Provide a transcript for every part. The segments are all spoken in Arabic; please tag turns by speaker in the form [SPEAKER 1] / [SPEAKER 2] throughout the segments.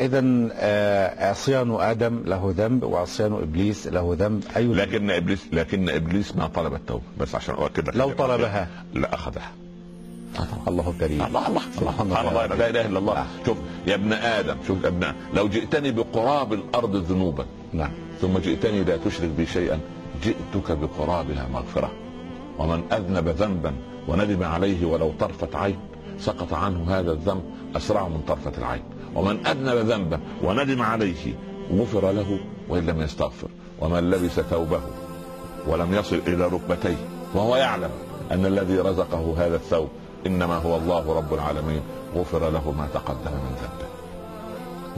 [SPEAKER 1] اذا آه، عصيان ادم له ذنب وعصيان ابليس له ذنب اي ذنب؟
[SPEAKER 2] لكن ابليس لكن ابليس ما طلب التوبه بس عشان اؤكد لك
[SPEAKER 1] لو طلبها
[SPEAKER 2] لا اخذها
[SPEAKER 1] الله كريم
[SPEAKER 2] الله الله
[SPEAKER 1] سبحان
[SPEAKER 2] سبحان الله آه.
[SPEAKER 1] الله.
[SPEAKER 2] لا اله الا الله
[SPEAKER 1] نعم.
[SPEAKER 2] شوف يا ابن ادم شوف يا ابن لو جئتني بقراب الارض ذنوبا
[SPEAKER 1] نعم
[SPEAKER 2] ثم جئتني لا تشرك بي شيئا جئتك بقرابها مغفرة ومن أذنب ذنبا وندم عليه ولو طرفة عين سقط عنه هذا الذنب أسرع من طرفة العين ومن أذنب ذنبا وندم عليه غفر له وإن لم يستغفر ومن لبس ثوبه ولم يصل إلى ركبتيه وهو يعلم أن الذي رزقه هذا الثوب إنما هو الله رب العالمين غفر له ما تقدم من ذنبه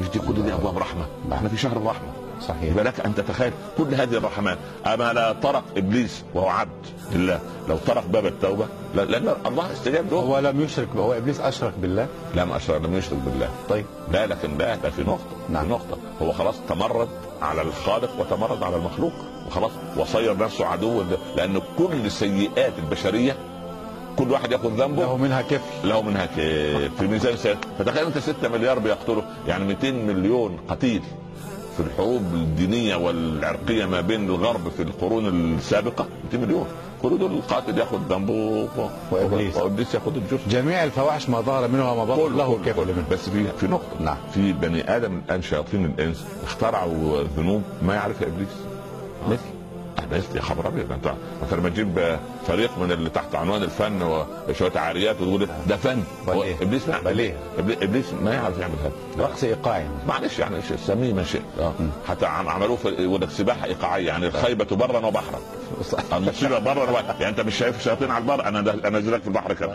[SPEAKER 2] مش دي كل دي أبواب رحمة احنا في شهر الرحمة
[SPEAKER 1] صحيح
[SPEAKER 2] يبقى لك ان تتخيل كل هذه الرحمات اما لا طرق ابليس وهو عبد لله لو طرق باب التوبه لا- لان الله استجاب له
[SPEAKER 1] هو لم يشرك هو ابليس اشرك بالله
[SPEAKER 2] لم اشرك لم يشرك بالله
[SPEAKER 1] طيب
[SPEAKER 2] لا لكن لا ده في نقطه
[SPEAKER 1] نعم.
[SPEAKER 2] في نقطه هو خلاص تمرد على الخالق وتمرد على المخلوق وخلاص وصير نفسه عدوا ل- لان كل سيئات البشريه كل واحد ياخذ ذنبه
[SPEAKER 1] له منها كفل
[SPEAKER 2] له منها كيف في ميزان سيئات فتخيل انت 6 مليار بيقتلوا يعني 200 مليون قتيل في الحروب الدينيه والعرقيه ما بين الغرب في القرون السابقه 200 مليون كل دول القاتل ياخذ ذنبه و-
[SPEAKER 1] وإبليس.
[SPEAKER 2] وابليس ياخذ الجثه
[SPEAKER 1] جميع الفواحش ما ظهر منها وما بطن
[SPEAKER 2] كل-
[SPEAKER 1] له
[SPEAKER 2] كل-
[SPEAKER 1] كفل
[SPEAKER 2] كل.
[SPEAKER 1] منه
[SPEAKER 2] بس في في نقطه
[SPEAKER 1] نعم.
[SPEAKER 2] في بني ادم الان شياطين الانس اخترعوا ذنوب ما يعرفها ابليس
[SPEAKER 1] مثل
[SPEAKER 2] بس يا خبر ابيض انت انت لما تجيب فريق من اللي تحت عنوان الفن وشويه عاريات وتقول ده فن هو
[SPEAKER 1] باليه.
[SPEAKER 2] ابليس ما
[SPEAKER 1] باليه.
[SPEAKER 2] إبلي- ابليس ما يعرف يعمل هذا
[SPEAKER 1] رقص ايقاعي
[SPEAKER 2] معلش يعني ش- سميه ما شئت آه. حتى عم- عملوه في يقول لك سباحه ايقاعيه يعني الخيبه برا وبحرا المصيبه برا وبحرا. يعني انت مش شايف الشياطين على البر انا ده- انا نزلك في البحر كده